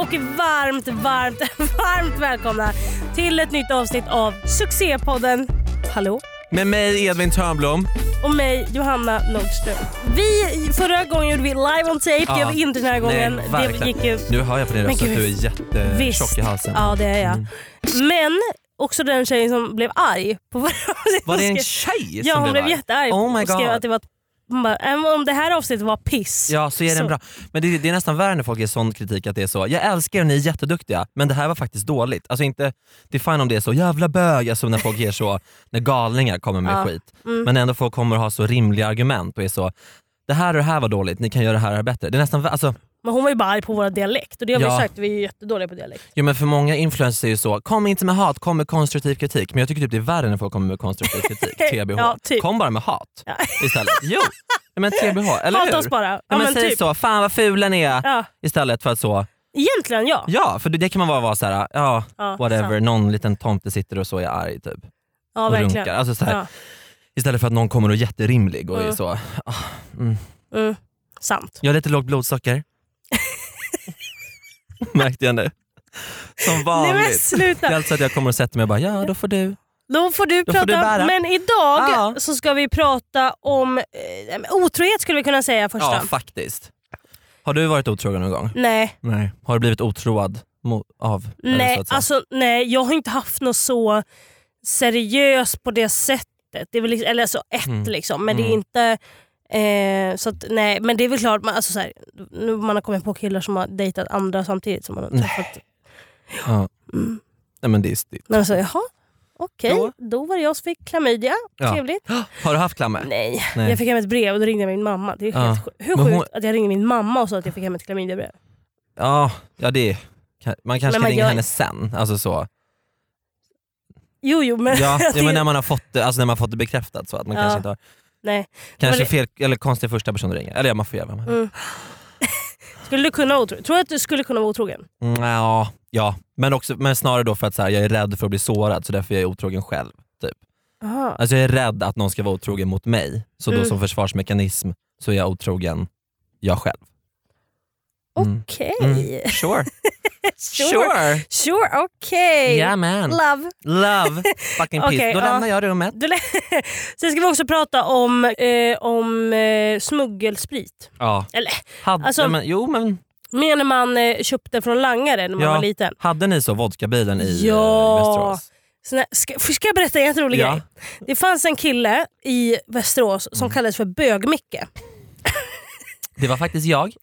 och varmt, varmt, varmt välkomna till ett nytt avsnitt av succépodden Hallå? Med mig Edvin Törnblom. Och mig Johanna Nordström. Vi, förra gången gjorde vi live on tape, det gör vi inte den här gången. Nej, det verkligen. gick ju Nu hör jag på din Men röst att gud, du är jättetjock i halsen. Ja det är jag. Mm. Men också den tjejen som blev arg på våra avsnitt. Var det en Hon skrev- tjej Ja som hon blev arg? jättearg Oh my och skrev God. att det var ett- hon bara, "Även om det här avsnittet var piss. Ja, så är Så- den bra. Men det, det är nästan värre när folk ger sån kritik att det är så. Jag älskar er, ni är jätteduktiga, men det här var faktiskt dåligt. Alltså inte, det är fine om det är så, jävla bög, alltså när folk ger så, när galningar kommer med Ja, skit. mm. Men ändå folk kommer och har så rimliga argument och är så, det här och det här var dåligt, ni kan göra det här och det här bättre. Det är nästan, vä- alltså, Men hon var ju bara arg på våra dialekt och det har vi Ja. sagt, vi är ju jättedåliga på dialekt. jo, men för många influencers är ju så, kom inte med hat, kom med konstruktiv kritik. Men jag tycker typ det är värre när folk kommer med konstruktiv kritik, TBH. Ja, typ. Kom bara med hat istället. Jo, men TBH, eller hur? Hata oss bara. Ja, Ja, men men säg typ. så, fan vad fula ni är Ja. istället för att så, Egentligen ja. Ja, för det kan man bara vara så här, ja, Ja, whatever, sant. någon liten tomte sitter och så är arg typ. Ja, och verkligen. runkar. Alltså, så här, Ja. Istället för att någon kommer och är jätterimlig och är Mm. så, Mm. Sant. jag har lite lågt blodsocker. Märkte jag nu. Som Nej men vanligt. Det är sluta. alltså att jag kommer och sätter mig och bara, ja då får du. Då får du Då får prata. du bära. men idag Ja. så ska vi prata om eh, otrohet skulle vi kunna säga första. Ja faktiskt. Har du varit otrogen någon gång? Nej, Nej. Har du blivit otroad mo- av? eller så nej, att säga? alltså, nej, jag har inte haft något så seriöst på det sättet. Det är väl liksom, eller alltså ett Mm. liksom, men det är Mm. inte... Eh, så att, nej, men det är väl klart, man, alltså, så här, nu, man har kommit på killar som har dejtat andra samtidigt som man har Nej. träffat. ja. Mm. Nej, men det är styrt. Men alltså, jaha, okej, Då? då var det jag som fick klamydia. Ja. Trevligt. Har du haft klammer? Nej. Nej. jag fick hem ett brev och då ringde jag min mamma. Det är Ja. helt, sjukt. hur Men sjukt hon- att jag ringde min mamma och sa att jag fick hem ett klamydiabrev. Ja, ja det är, man kanske Men ska man ringa gör- henne sen. Alltså så. Jo, jo, men... Ja, det- ja men när man har fått det, alltså när man har fått det bekräftat så att man Ja. kanske inte har, Nej. kanske Men fel, eller konstig första person du ringer. Eller ja, man får göra vad man vill. Mm. Skulle du kunna vara otrogen? Tror du att du skulle kunna vara otrogen? Mm, ja, ja. Men, också, men snarare då för att så här, jag är rädd för att bli sårad så därför är jag otrogen själv. Typ. Aha. Alltså jag är rädd att någon ska vara otrogen mot mig, så då Mm. som försvarsmekanism så är jag otrogen jag själv. Mm. Okej. Mm. Sure, Sure. Sure, okej. Yeah man. Love. Love fucking peace. Okej, då ja. lämnar jag rummet. Du lä- Sen ska vi också prata om, eh, om eh, smuggelsprit. Ja. Eller, Hade, alltså- men, jo men Mer när man eh, köpte från langare när man Ja. var liten. hade ni så vodkabilen i Ja. ja. Västerås? Sån här, ska, f- ska jag berätta en jätterolig Ja. grej? Det fanns en kille i Västerås som kallades för Bög-Micke. Det var faktiskt jag.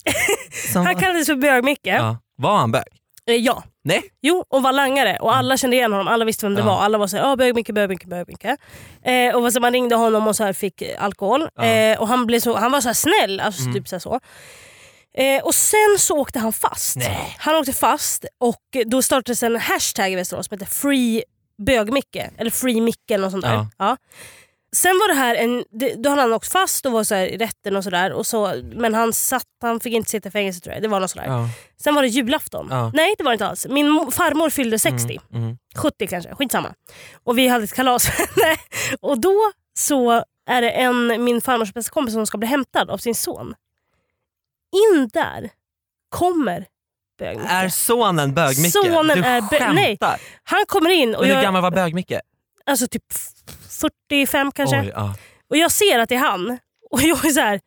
Som, Han kallades för Bög-Micke. Ja. ja. Var han bög? Eh, ja. Nej. Jo, och var langare. Och alla kände igen honom, alla visste vem det Ja. var. Alla var såhär, ah, Bög-Micke, Bög-Micke, Bög-Micke. Eh, och så man ringde honom och så här fick eh, alkohol. Ja. Mm. Eh, och han, blev så, han var så här snäll, alltså typ så. Här så. Eh, och sen så åkte han fast. Nej. Han åkte fast och då startades en hashtag i Västerås som hette Free Bög-Micke. Eller Free Micke eller något sånt där. Ja. Ja. Sen var det här en, det- då hade han åkt fast och var så här i rätten och sådär. Så, men han, satt, han fick inte sitta i fängelse tror jag. Det var något sådär. Ja. Sen var det julafton. Ja. Nej det var det inte alls. Min mo- farmor fyllde 60. Mm. 70 kanske, skitsamma. Och vi hade ett kalas Och då så är det en, min farmors bästa kompis som ska bli hämtad av sin son. In där kommer bög Mm. Är sonen bög-Micke? Sonen du är bö- skämtar. nej. Han kommer in och Men hur jag, gammal var bög-Micke? alltså typ f- 45 kanske. Oj, ja. Och jag ser att det är han. Och jag är så här,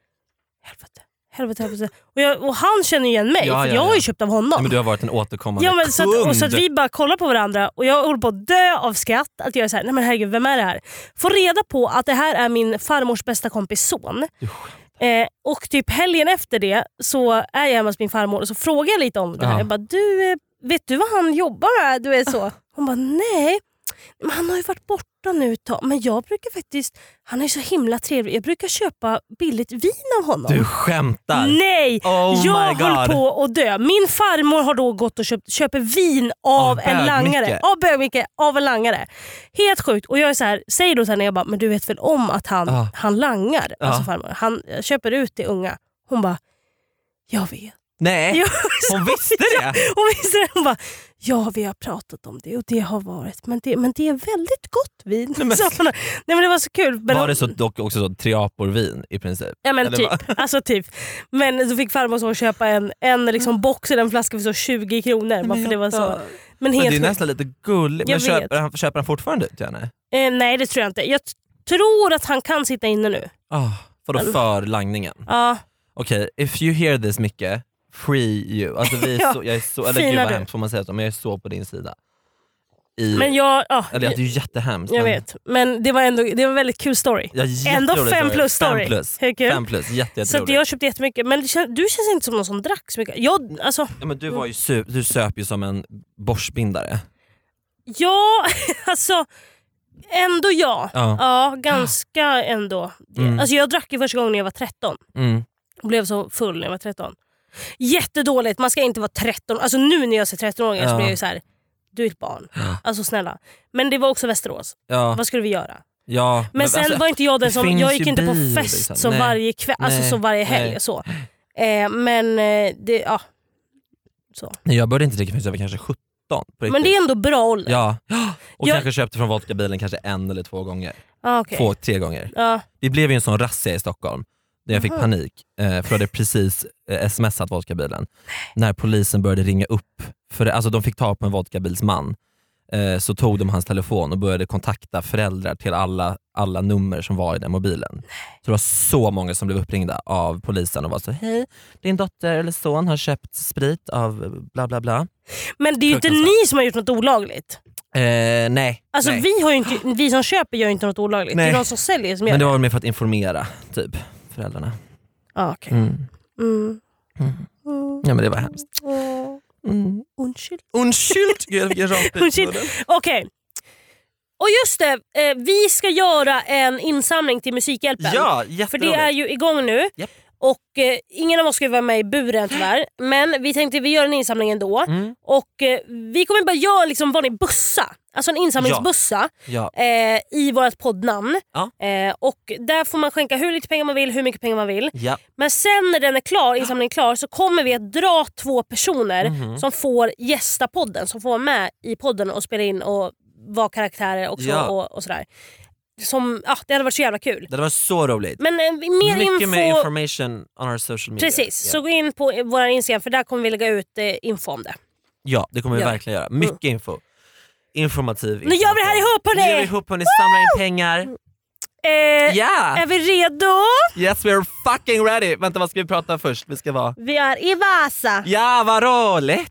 helvete, helvete, helvete. Och, jag, och han känner ju igen mig Ja, för ja, jag har ju ja. köpt av honom. Nej, men du har varit en återkommande Ja, men så att, kund. och så att vi bara kollar på varandra och jag håller på att dö av skratt. Att jag är såhär, nej men herregud vem är det här? Får reda på att det här är min farmors bästa kompis son. Du skämtar. Eh, och typ helgen efter det så är jag hemma hos min farmor och så frågar jag lite om det här. Ja. Ah. Jag bara, du, eh, vet du vad han jobbar med? Du är så. Hon bara, nej. Men han har ju varit borta nu ett tag. Men jag brukar faktiskt, han är så himla trevlig. Jag brukar köpa billigt vin av honom. Du skämtar? Nej! Oh Mm. jag my god. höll på att dö. Min farmor har då gått och köpt, köper vin av Av en langare. bög-Micke. Av bög-Micke, av en langare. Helt sjukt. Och jag är så här, säger då till henne, jag bara, men du vet väl om att han, Ja. han langar? Ja. Alltså farmor, han köper ut till unga. Hon bara, jag vet. Nej. Jag, Hon visste det? hon visste det. Hon bara, ja vi har pratat om det och det har varit, men det, men det är väldigt gott vin. Nej, men- Så man- Nej, men det var så kul. Men, Var det så, dock också så triaporvin i princip? Ja men Eller typ. Alltså, typ. Men då fick farmor så köpa en, en liksom box i den flaskan för så 20 kronor. Bara för det var så. Men Men det helt är nästan lite gulligt. Men Jag köper vet. han, köper han fortfarande ut henne? eh, Nej det tror jag inte. Jag t- tror att han kan sitta inne nu. Oh, vadå Eller- för langningen? Ja, Okej, if you hear this Micke, free you. Alltså vi är Ja, så, jag är så, eller fina gud vad du. hemskt får man säga så, men jag är så på din sida. I, men jag, ja, eller det är ju jättehemskt. jag men- vet. Men det var ändå det var en väldigt kul story. Ja, Ändå jätterolig fem plus Fem story. plus. Hur kul? Fem plus, jätte, Så att jätteroligt. jag köpte jättemycket. Men det kän- du känns inte som någon som drack så mycket. Jag, alltså, Ja, men du, var ju su- du söp ju som en borstbindare. ja, alltså ändå ja. Ja. Ja, ganska ändå. Mm. Alltså, jag drack ju första gången när jag var 13. Mm. och blev så full när jag var 13. Jättedåligt, man ska inte vara 13. Alltså nu när jag ser 13-åringar Ja. så blir jag ju så här. du är ett barn. Alltså snälla. Men det var också Västerås. Ja, Vad skulle vi göra? ja. Men sen alltså, var inte jag den det som, finns jag gick ju inte på bil, fest liksom. så Nej. varje kväll, alltså Nej. så varje helg. Nej. Så. Eh, men eh, det, ja. Så. Nej, jag började inte dricka förrän jag var kanske 17. På Men det är ändå bra ålder. Ja, och Jag- kanske köpte från vodkabilen kanske en eller två gånger. Ja. Ah, okej. Två, tre gånger. Ja. Vi blev ju en sån razzia i Stockholm där jag fick Aha. panik eh, för jag hade precis eh, smsat vodkabilen. När polisen började ringa upp, för det, alltså de fick tag på en vodkabilsman, eh, så tog de hans telefon och började kontakta föräldrar till alla, alla nummer som var i den mobilen. Så det var så många som blev uppringda av polisen och var så hej, din dotter eller son har köpt sprit av bla bla bla. Men det är ju inte Fruktansvärt. ni som har gjort något olagligt. Eh, nej. Alltså nej. vi, har ju inte, vi som köper gör ju inte något olagligt. Det Nej. är de som säljer som gör Men det. det var väl mer för att informera typ föräldrarna. Ja, Ah, okej. Mm. Mm. Mm. Mm. Ja men det var hemskt. Åh. Mm. Undskyld. Undskyld! Gud, jag fick en rak bit. Undskyld. Okej. Och just det, eh, vi ska göra en insamling till Musikhjälpen. Ja, för det är jätteroligt. ju igång nu. Japp. Och eh, Ingen av oss ska ju vara med i buren tyvärr. Men vi tänkte vi gör en insamling ändå. Mm. Och eh, Vi kommer bara göra liksom en vanlig bussa. Alltså en insamlingsbussa Ja. eh, i vårt poddnamn. Ja. Eh, och där får man skänka hur lite pengar man vill, hur mycket pengar man vill. Ja. Men sen när den är klar, insamlingen är klar så kommer vi att dra två personer Mhm. som får gästa podden, som får vara med i podden och spela in och vara karaktärer också Ja. och, och sådär. Som, ja, det hade varit så jävla kul. Det var så roligt. Men eh, mer Mycket info... mer information on our social media. precis, Ja, så gå in på eh, vår Instagram för där kommer vi lägga ut eh, info om det. ja det kommer vi Ja. Mm. verkligen göra. Mycket info. Informativ Nu gör vi det här ihop Nu gör vi hörni! ihop hörni, samlar in pengar. Eh, Yeah! Är vi redo? Yes we're fucking ready! Vänta vad ska vi prata först? Vi ska vara... Vi är i Vasa. Ja vad roligt!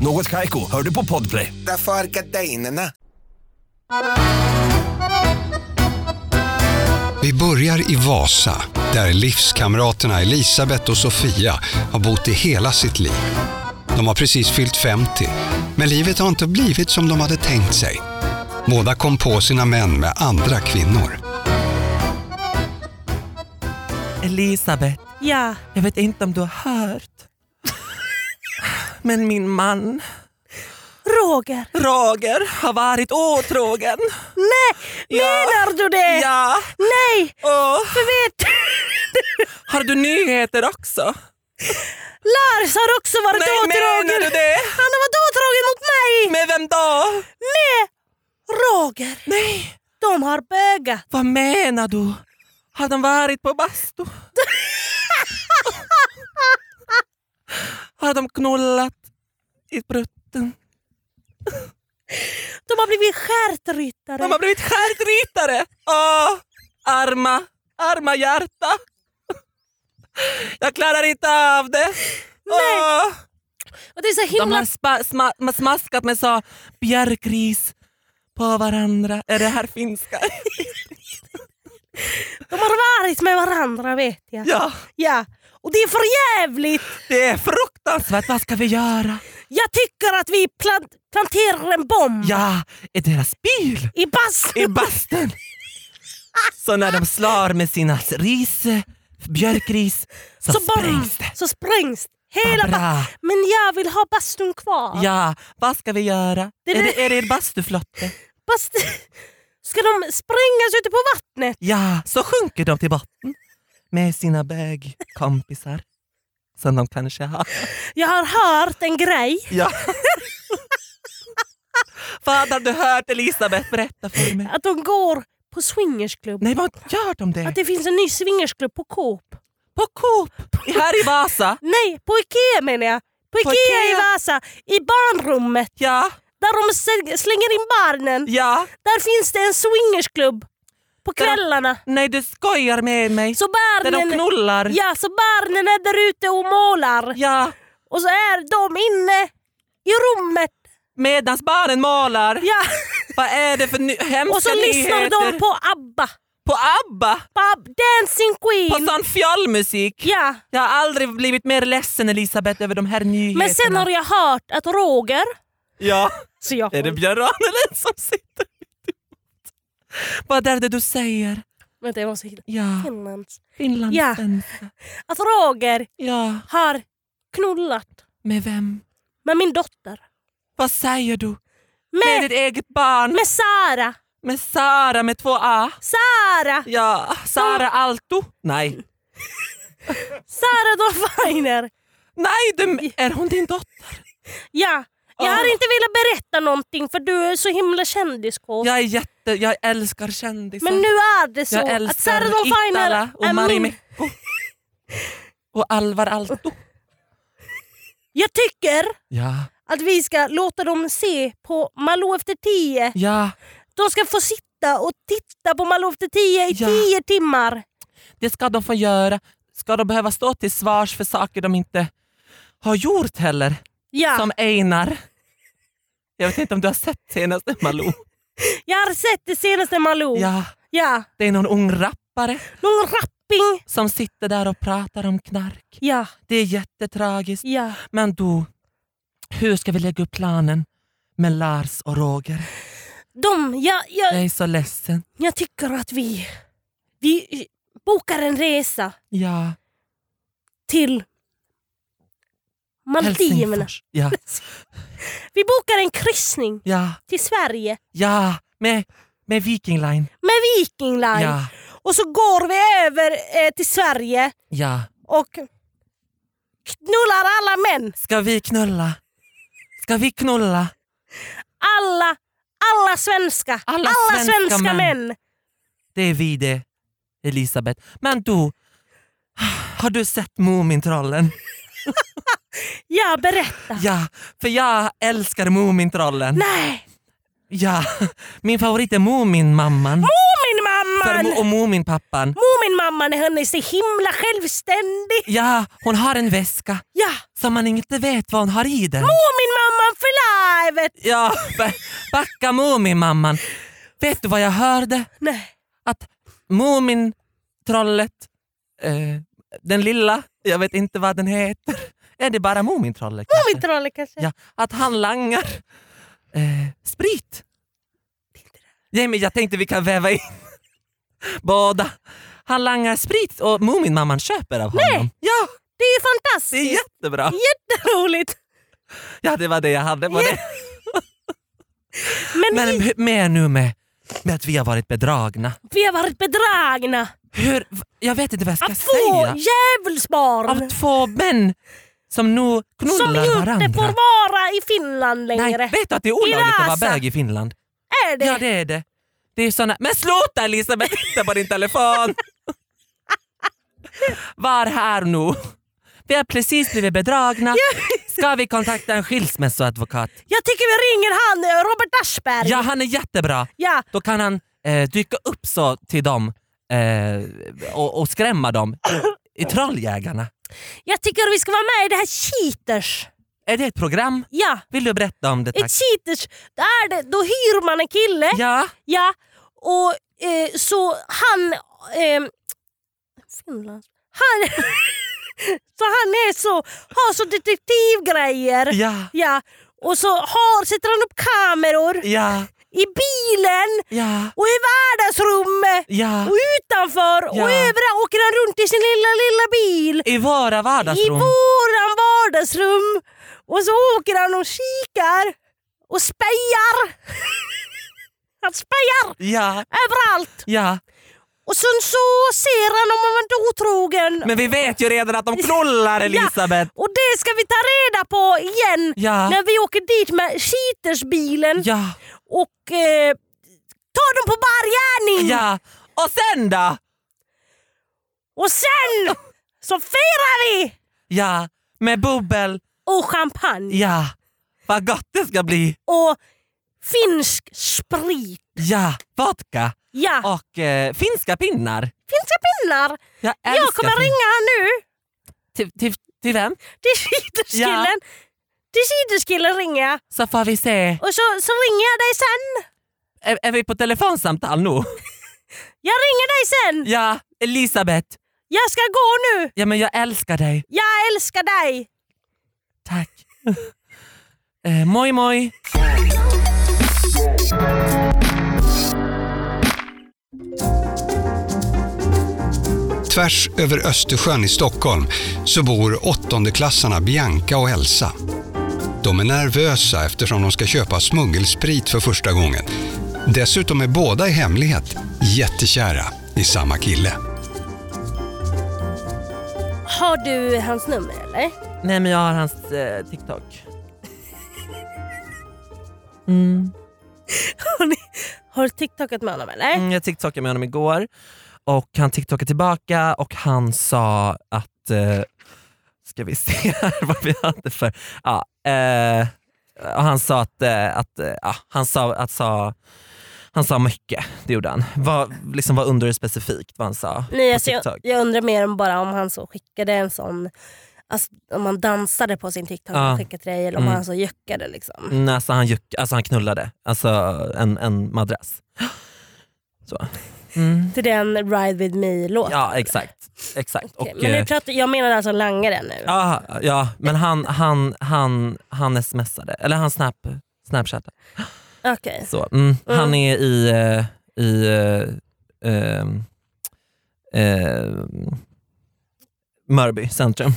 Något Kaiko, hör du på Podplay. Därför är gardinerna. Vi börjar i Vasa, där livskamraterna Elisabeth och Sofia har bott i hela sitt liv. De har precis fyllt 50, men livet har inte blivit som de hade tänkt sig. Båda kom på sina män med andra kvinnor. Elisabeth, Ja. jag vet inte om du har hört. Men min man Roger, Roger har varit otrogen. menar du det? Ja, Nej, och för vet har du nyheter också? Lars har också varit Nej, menar du åtrågen. det? Han har varit åtrågen mot mig Med vem då? med Roger. Nej, De har bögat. vad menar du? Har de varit på bastu? har de knullat i brutten? De har blivit stjärtryttare. De har blivit stjärtryttare! Åh, arma, arma hjärta. Jag klarar inte av det. Åh. Och det är så De himla... har spa, sma, ma- smaskat med så björkris på varandra. Är det här finska? De har varit med varandra vet jag. Ja. Ja. Och det är för jävligt! Det är fruktansvärt, vad ska vi göra? Jag tycker att vi plant- planterar en bomb Ja, i deras bil, i bastun. i bastun. Så när de slår med sina ris, björkris, så, Så bomb- sprängs det. Så sprängs hela Vad bra. ba- Men jag vill ha bastun kvar. Ja, vad ska vi göra? Det- är, det, är det er bastuflotte? Bast- Ska de sprängas ute på vattnet? Ja, så sjunker de till botten med sina bögkompisar som de kanske har. Jag har hört en grej. Ja. Vad har du hört Elisabeth? Berätta för mig. Att de går på swingersklubb. Nej, vad gör de det? Att det finns en ny swingersklubb på Coop. På Coop! Här i Vasa. Nej, på Ikea menar jag. På Ikea, På i Ikea. Vasa. I barnrummet. Ja, Där de sä- slänger in barnen. ja. Där finns det en swingersklubb. På Där de- kvällarna. Nej, du skojar med mig. Så Där de barnen, knullar. ja, så barnen är där ute och målar. ja. Och så är de inne i rummet. Medans barnen målar. Ja. Vad är det för ny- hemska Och så lyssnar nyheter? de på ABBA. på ABBA. På Ab- Dancing På Queen. sån fjollmusik. Ja. Jag har aldrig blivit mer ledsen Elisabeth över de här nyheterna. Men sen har jag hört att Roger... Ja, Så jag, är det Björn Ranelid som sitter mitt emot? Vad är det du säger? vänta, jag måste hitta. Ja, Finlands. finlandssvenska. Att Roger Ja, har knullat med vem? med min dotter. Vad säger du? Med Med, ditt eget barn? med Sara. Med Sara med två A? Sara! Ja, Sara Alto? Nej. Sara Dolphiner. Nej, du, är hon din dotter? Ja. Jag har Ah. inte velat berätta någonting för du är så himla kändiskåt. Jag är jätte... Jag älskar kändisar. Men nu är det så jag att Sara älskar Dolphiner Itala och är min... Marimekko. Och Alvar Aalto. Jag tycker Ja, att vi ska låta dem se på Malou efter tio. ja. De ska få sitta och titta på Malou efter tio i Ja. tio timmar. Det ska de få göra. Ska de behöva stå till svars för saker de inte har gjort heller? Ja. Som Einar. Jag vet inte om du har sett senaste Malou? Jag har sett det senaste Malou. Ja, Ja. det är någon ung rappare Någon rapping. som sitter där och pratar om knark. Ja. Det är jättetragiskt. Ja. Men du, hur ska vi lägga upp planen med Lars och Roger? De, ja, ja, Jag är så ledsen. Jag tycker att vi, vi bokar en resa Ja, till Maldiverna. Helsingfors. Ja, Vi bokar en kryssning ja, till Sverige ja. Med, med Viking Line. med Viking Line. Ja, Och så går vi över eh, till Sverige ja. och knullar alla män. Ska vi knulla? Ska vi knulla? Alla, alla svenska. Alla svenska män. Det är vi det, Elisabeth. Men du, har du sett Mumintrollen? Ja, berätta. Ja, för jag älskar Mumintrollen. Nej, Ja, min favorit är Muminmamman min För mamman! Mu- och Muminpappan. Mo, min mamman, hon är så himla självständig. Ja, hon har en väska Ja, som man inte vet vad hon har i den. Mo, min mamman för livet. Ja, ba- backa Muminmamman. Vet du vad jag hörde? Nej. att Mumintrollet, eh, den lilla, jag vet inte vad den heter. Är det bara Mumintrollet? kanske? Mumintrollet kanske? Ja, att han langar eh, sprit. Nej, men jag tänkte vi kan väva in båda. Han langar sprit och Muminmamman köper av honom. Nej. Ja, Det är ju det är fantastiskt! jättebra. Jätteroligt! Ja, det var det jag hade på det. Men, Men hur- mer nu med, med att vi har varit bedragna. vi har varit bedragna Hur, jag vet inte vad jag ska av två säga. av djävulsbarn två män som nu knullar som inte varandra. får vara i Finland längre. Nej, vet du att det är olagligt att vara Vasa. bög i Finland? är det? Ja det är det. Det är såna... Men sluta Elisabeth, titta på din telefon! Var här nu. Vi har precis blivit bedragna. Ska vi kontakta en skilsmässoadvokat? Jag tycker vi ringer han eh, Robert Aschberg. Ja, han är jättebra. Ja. Då kan han eh, dyka upp så till dem eh, och, och skrämma dem. I Trolljägarna. Jag tycker vi ska vara med i det här Cheaters. Är det ett program? Ja, Vill du berätta om det? ett Tack. Cheaters. Då, är det, då hyr man en kille Ja. Ja, och eh, så han... ehm, Finland. Han, Så han är så, har så detektivgrejer. Ja, Ja. Och så har, sätter han upp kameror ja, i bilen ja, och i vardagsrummet ja. och utanför och Ja. överallt åker han runt i sin lilla lilla bil. I våra I vardagsrum. våran vardagsrum. Och så åker han och kikar och spejar. han spejar Ja, överallt. ja. Och sen så ser han om han varit otrogen. Men vi vet ju redan att de knullar Elisabeth. Och det ska vi ta reda på igen Ja. när vi åker dit med cheatersbilen Ja, och eh, tar dem på bar gärning. ja. Och sen då? Och sen så firar vi! Ja, med bubbel. Och champagne Ja. Vad gott det ska bli. och finsk sprit. Ja, vodka Ja, och eh, finska pinnar. finska pinnar. Jag älskar Jag kommer fin- ringa han nu. Till, till, till vem? Det är Cheaterskillen. Det är Cheaterskillen ringer jag. Så får vi se. Och så, så ringer jag dig sen. Är, är vi på telefonsamtal nu? Jag ringer dig sen. Ja, Elisabeth. Jag ska gå nu. Ja, men jag älskar dig. Jag älskar dig. Tack. eh, moi moi. Tvärs över Östersjön i Stockholm så bor åttondeklassarna Bianca och Elsa. De är nervösa eftersom de ska köpa smuggelsprit för första gången. Dessutom är båda i hemlighet jättekära i samma kille. Har du hans nummer eller? Nej, men jag har hans eh, TikTok. Har, ni, har du tiktokat med honom eller? Mm, jag TikTokade med honom igår och han TikTokade tillbaka och han sa att... Eh, ska vi se här vad vi hade för... Ja, eh, och han sa att... Eh, att eh, ja, han sa... Att, sa han sa mycket, det gjorde han. Vad, liksom, vad undrar du specifikt vad han sa Nej, på alltså jag, TikTok? jag undrar mer om bara om han så skickade en sån, alltså, om han dansade på sin TikTok Ja. och skickade till dig eller om Mm. han så juckade liksom. Nej, alltså, han juck, alltså han knullade, alltså en, en madrass. Så. Mm. Till den Ride With Me-låten. Ja exakt. exakt. Okej, Och, men eh, nu pratar, jag menar alltså langaren nu. Ja, ja men han, han, han, han smsade, eller han snap, snapchattade. Okej. Så, mm. Han är i, eh, i eh, ehm, ehm, Mörby centrum.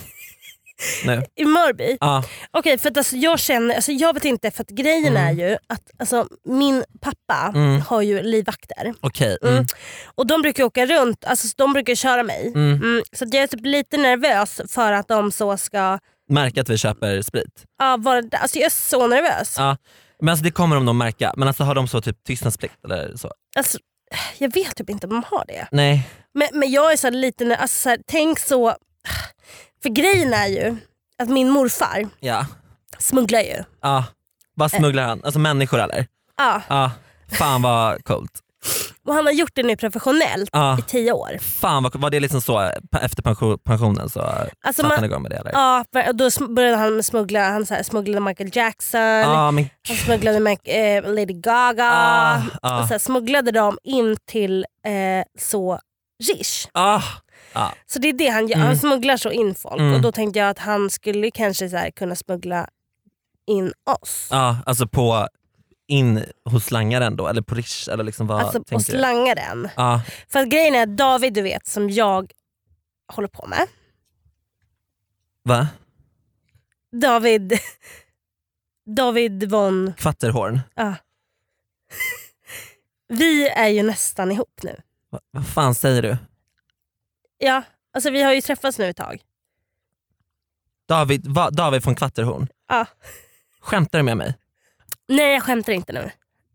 nu. I Mörby? Ja, Okej, för att alltså, jag känner, alltså, jag vet inte, för att grejen Mm. är ju att alltså, min pappa Mm. har ju livvakter. okej. Mm. Och de brukar åka runt, alltså, de brukar köra mig. Mm. Mm, så att jag är typ lite nervös för att de så ska Märk att vi köper sprit. ja, vara där. Alltså, jag är så nervös. Ja. Men alltså det kommer de nog märka. Men alltså har de så typ tystnadsplikt eller så? Alltså, jag vet typ inte om de har det. Nej. Men, men jag är så här lite nervös, alltså, så här, tänk så. För grejen är ju att min morfar Ja. smugglar ju. ja. Vad smugglar han? Alltså människor eller? Ja, Ja. Fan vad coolt. och han har gjort det nu professionellt Ja. i tio år. Fan vad, var det liksom så eh, pa- efter pension, pensionen så Alltså satte man- han igång med det eller? Ja, för- då sm- började han med smuggla, han så här, smugglade Michael Jackson, Ja, men han smugglade med, eh, Lady Gaga. Ah, ah. Och så här, smugglade dem in till eh, så Rish. ah, Så det är det han gör, Mm. han smugglar så in folk. Mm. Och då tänkte jag att han skulle kanske så här, kunna smuggla in oss. ah, alltså på in hos slangaren då eller på Rish eller liksom vad Alltså, och tänker du? slanga den. Ah, För att grejen är att David du vet som jag håller på med. va? David David von... Kvatterhorn? Ja. Vi är ju nästan ihop nu. Va, vad fan säger du? Ja, alltså vi har ju träffats nu ett tag. David, va, David från Kvatterhorn? Ja. Skämtar du med mig? Nej jag skämtar inte nu.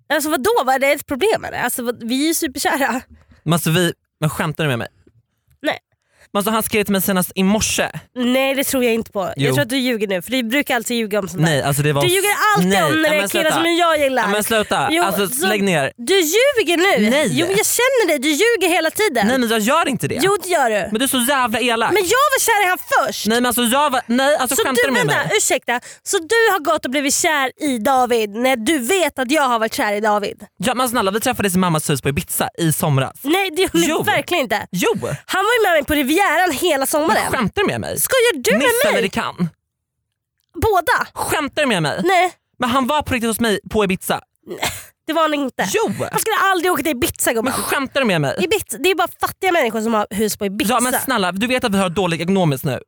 Alltså vadå, vad är det ett problem med det? Alltså, vad- vi är ju superkära. Men, alltså, vi, men skämtar du med mig? Nej. Men alltså, han skrev till mig senast i morse. Nej det tror jag inte på. Jo. Jag tror att du ljuger nu för du brukar alltid ljuga om sånt där. Nej, alltså det var... Du ljuger alltid Nej, om när ja, det är men killar sluta. som jag gillar. Ja, men sluta, Jo, alltså, så- lägg ner. Du ljuger nu! Nej. Jo jag känner dig, du ljuger hela tiden. Nej men jag gör inte det. Jo det gör du. Men du är så jävla elak. Men jag var kär i han först! Nej men alltså jag var... Nej alltså så skämtar du, du med vänta, mig? ursäkta. Så du har gått och blivit kär i David när du vet att jag har varit kär i David? Ja, men snälla vi träffades i mammas hus på Ibiza i somras. Nej det gjorde ni Jo. verkligen inte. Jo! Han var ju med mig på Riviera läraren hela sommaren. Skämtar du med mig? Skojar du Nissen med mig? eller kan? Båda? Skämtar du med mig? Nej, Men han var på riktigt hos mig på Ibiza. det var han inte. Jo! Han skulle aldrig åka till Ibiza Men gumman. skämtar du med mig? Ibiza, det är bara fattiga människor som har hus på Ibiza. Ja men snälla, du vet att vi har dåligt ekonomiskt nu. Hur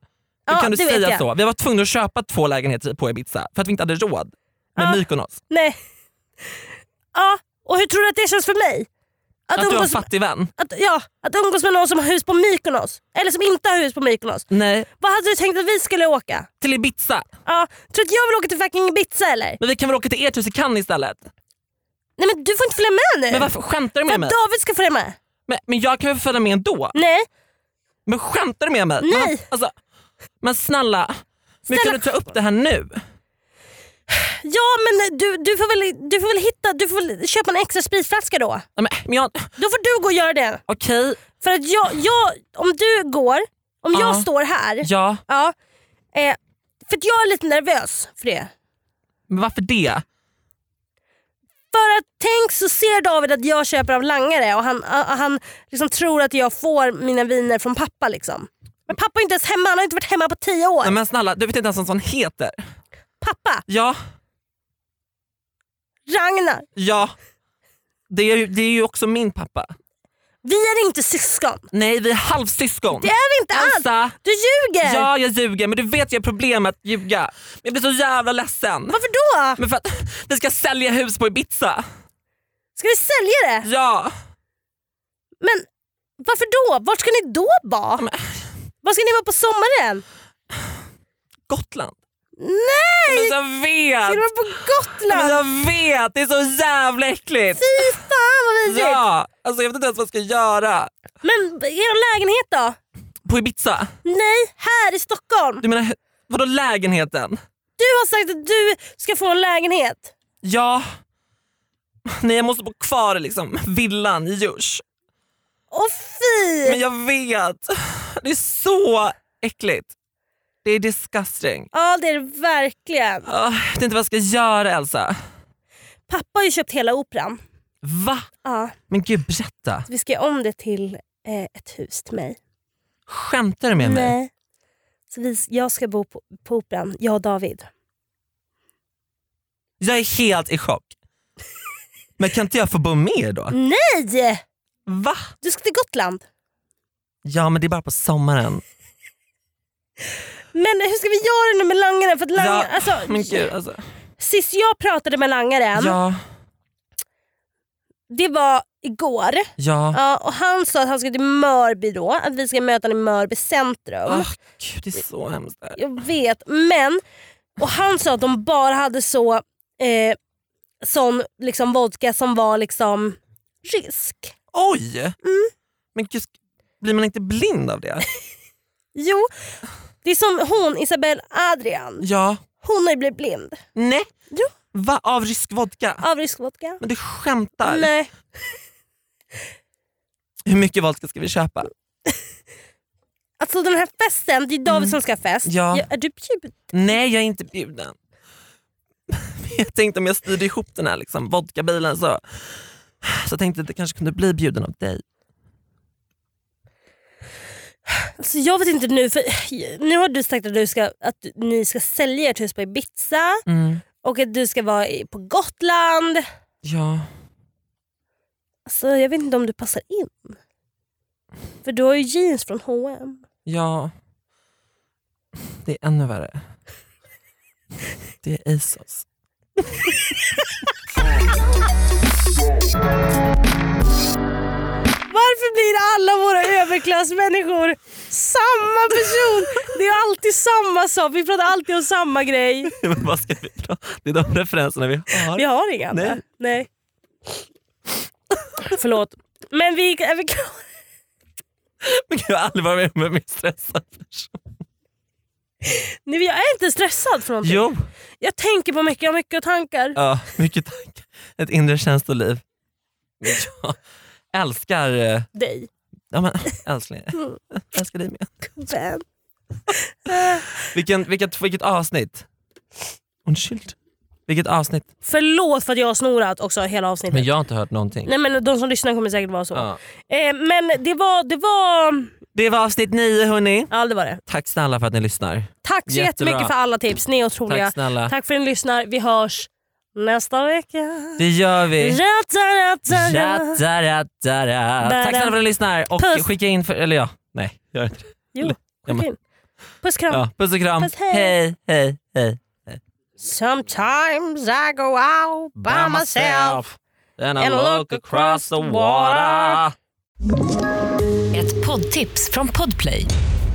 Ja, kan du det vet säga jag. så? Vi var tvungna att köpa två lägenheter på Ibiza för att vi inte hade råd med Ja. Mykonos. Nej. Ja, och hur tror du att det känns för mig? Att, Att du har en umgås, fattig vän. att, ja, att umgås med någon som har hus på Mykonos. Eller som inte har hus på Mykonos. Nej. Vad hade du tänkt att vi skulle åka? Till Ibiza. Ja, tror du att jag vill åka till fucking Ibiza eller? Men vi kan väl åka till ert hus i Cannes istället? Nej men du får inte följa med nu. Men varför skämtar du För med att mig? David ska följa med. Men, men jag kan väl följa med ändå? Nej, Men skämtar du med mig? Men Nej. vad- alltså, men snälla, men Snälla, kan du ta upp det här nu? ja men du, du, får väl, du får väl hitta, du får väl köpa en extra spritflaska då. Nej, Men, men jag, Då får du gå och göra det. okej, För att jag, jag om du går, om jag Ja. står här. ja, Ja, eh, för att jag är lite nervös för det. men varför det? För att tänk så ser David att jag köper av langare och han, a- han liksom tror att jag får mina viner från pappa. Liksom. Men pappa är inte ens hemma, han har inte varit hemma på tio år. Nej, men snälla, du vet inte ens vad han heter. Pappa, Ja, Ragnar, ja. Det är, ju- det är ju också min pappa. vi är inte syskon. Nej, vi är halvsyskon. Det är vi inte alls. Elsa, Du ljuger! Alltså- ja jag ljuger men du vet jag har problem med att ljuga. Men Jag blir så jävla ledsen. Varför då? Men för att vi ska sälja hus på Ibiza. Ska vi sälja det? Ja, Men varför då? Vart ska ni då vara? Var ska ni vara på sommaren? Gotland. Nej! Men jag vet! Ska ni vara på Men Gotland? jag vet, det är så jävla äckligt! Fy fan vad mysigt! Ja, alltså jag vet inte ens vad jag ska göra. Men er lägenhet då? På Ibiza? Nej, här i Stockholm. Du menar, vadå lägenheten? Du har sagt att du ska få en lägenhet. Ja. Nej jag måste bo kvar i liksom, villan i Djurs. Åh fy! Men jag vet, det är så äckligt. Det är disgusting. Ja det är det verkligen. Ah, Jag vet inte vad jag ska göra Elsa. Pappa har ju köpt hela operan. Va? Ja, Men gud berätta. vi ska göra om det till eh, ett hus till mig. Skämtar du med mig? Nej. Så vi, jag ska bo på, på operan, jag och David. Jag är helt i chock. Men kan inte jag få bo med er då? Nej! Va? Du ska till Gotland. Ja men det är bara på sommaren. Men hur ska vi göra nu med langaren? För att langaren Ja, alltså, men gud alltså. Sist jag pratade med langaren, Ja, det var igår. ja. Ja, och Han sa att han ska till Mörby då, att vi ska möta honom i Mörby centrum. Ah, gud, det är så hemskt där. Jag vet, men... Och han sa att de bara hade så eh, sån liksom vodka som var liksom rysk. Oj! Mm. Men gud, blir man inte blind av det? Jo, det är som hon, Isabel Adrian. Ja. Hon har ju blivit blind Nej. Jo. Va? Av rysk vodka? av rysk vodka. Men du skämtar? Nej, Hur mycket vodka ska vi köpa? alltså den här festen, det är David som ska ha fest. Ja. är du bjuden? Nej, jag är inte bjuden. Men jag tänkte om jag styrde ihop den här liksom, vodkabilen så, så tänkte jag att det kanske kunde bli bjuden av dig. Alltså, jag vet inte nu, för nu har du sagt att, du ska, att ni ska sälja ert hus på Ibiza och att du ska vara i- på Gotland. Ja. Alltså, jag vet inte om du passar in. För du har ju jeans från H&M. Ja. Det är ännu värre. Det är Asos. Varför blir alla våra överklassmänniskor samma person? Det är alltid samma sak. Vi pratar alltid om samma grej. Men vad ska vi dra? Det är de referenserna vi har. Vi har inga andra. Nej. Nej. Förlåt. Men vi är vi klara? Men gud, jag har aldrig varit med om en mer stressad person. Nej, Jag är inte stressad för någonting. Jo, Jag tänker på mycket, jag har mycket tankar. ja, mycket tack. Ett inre känsloliv. Men Jag älskar... eh, Dig. Ja, men, älskling, jag älskar dig med. Vän. Vilken, vilket, vilket avsnitt. Undskyld. Vilket avsnitt? Förlåt för att jag har snorat också hela avsnittet. Men jag har inte hört någonting. Nej, men de som lyssnar kommer säkert vara så. Ja. Eh, men det var, det var... Det var avsnitt nio hörni. Ja, det var det. Tack snälla för att ni lyssnar. Tack så Jättebra. jättemycket för alla tips. Ni är otroliga. Tack snälla. Tack för att ni lyssnar. Vi hörs nästa vecka. Det gör vi. Ra-ta-ra-ta-ra. Ja-da-da-da-da. Tack snälla för att ni lyssnar och Puss. skicka in, för, eller ja, nej. Gör inte det. Jo, Ja, men- skicka in. Puss kram. Ja, puss och kram. Puss, hej. hej, hej. hej. Sometimes I go out by myself. And I And look across the water. Ett poddtips från Podplay.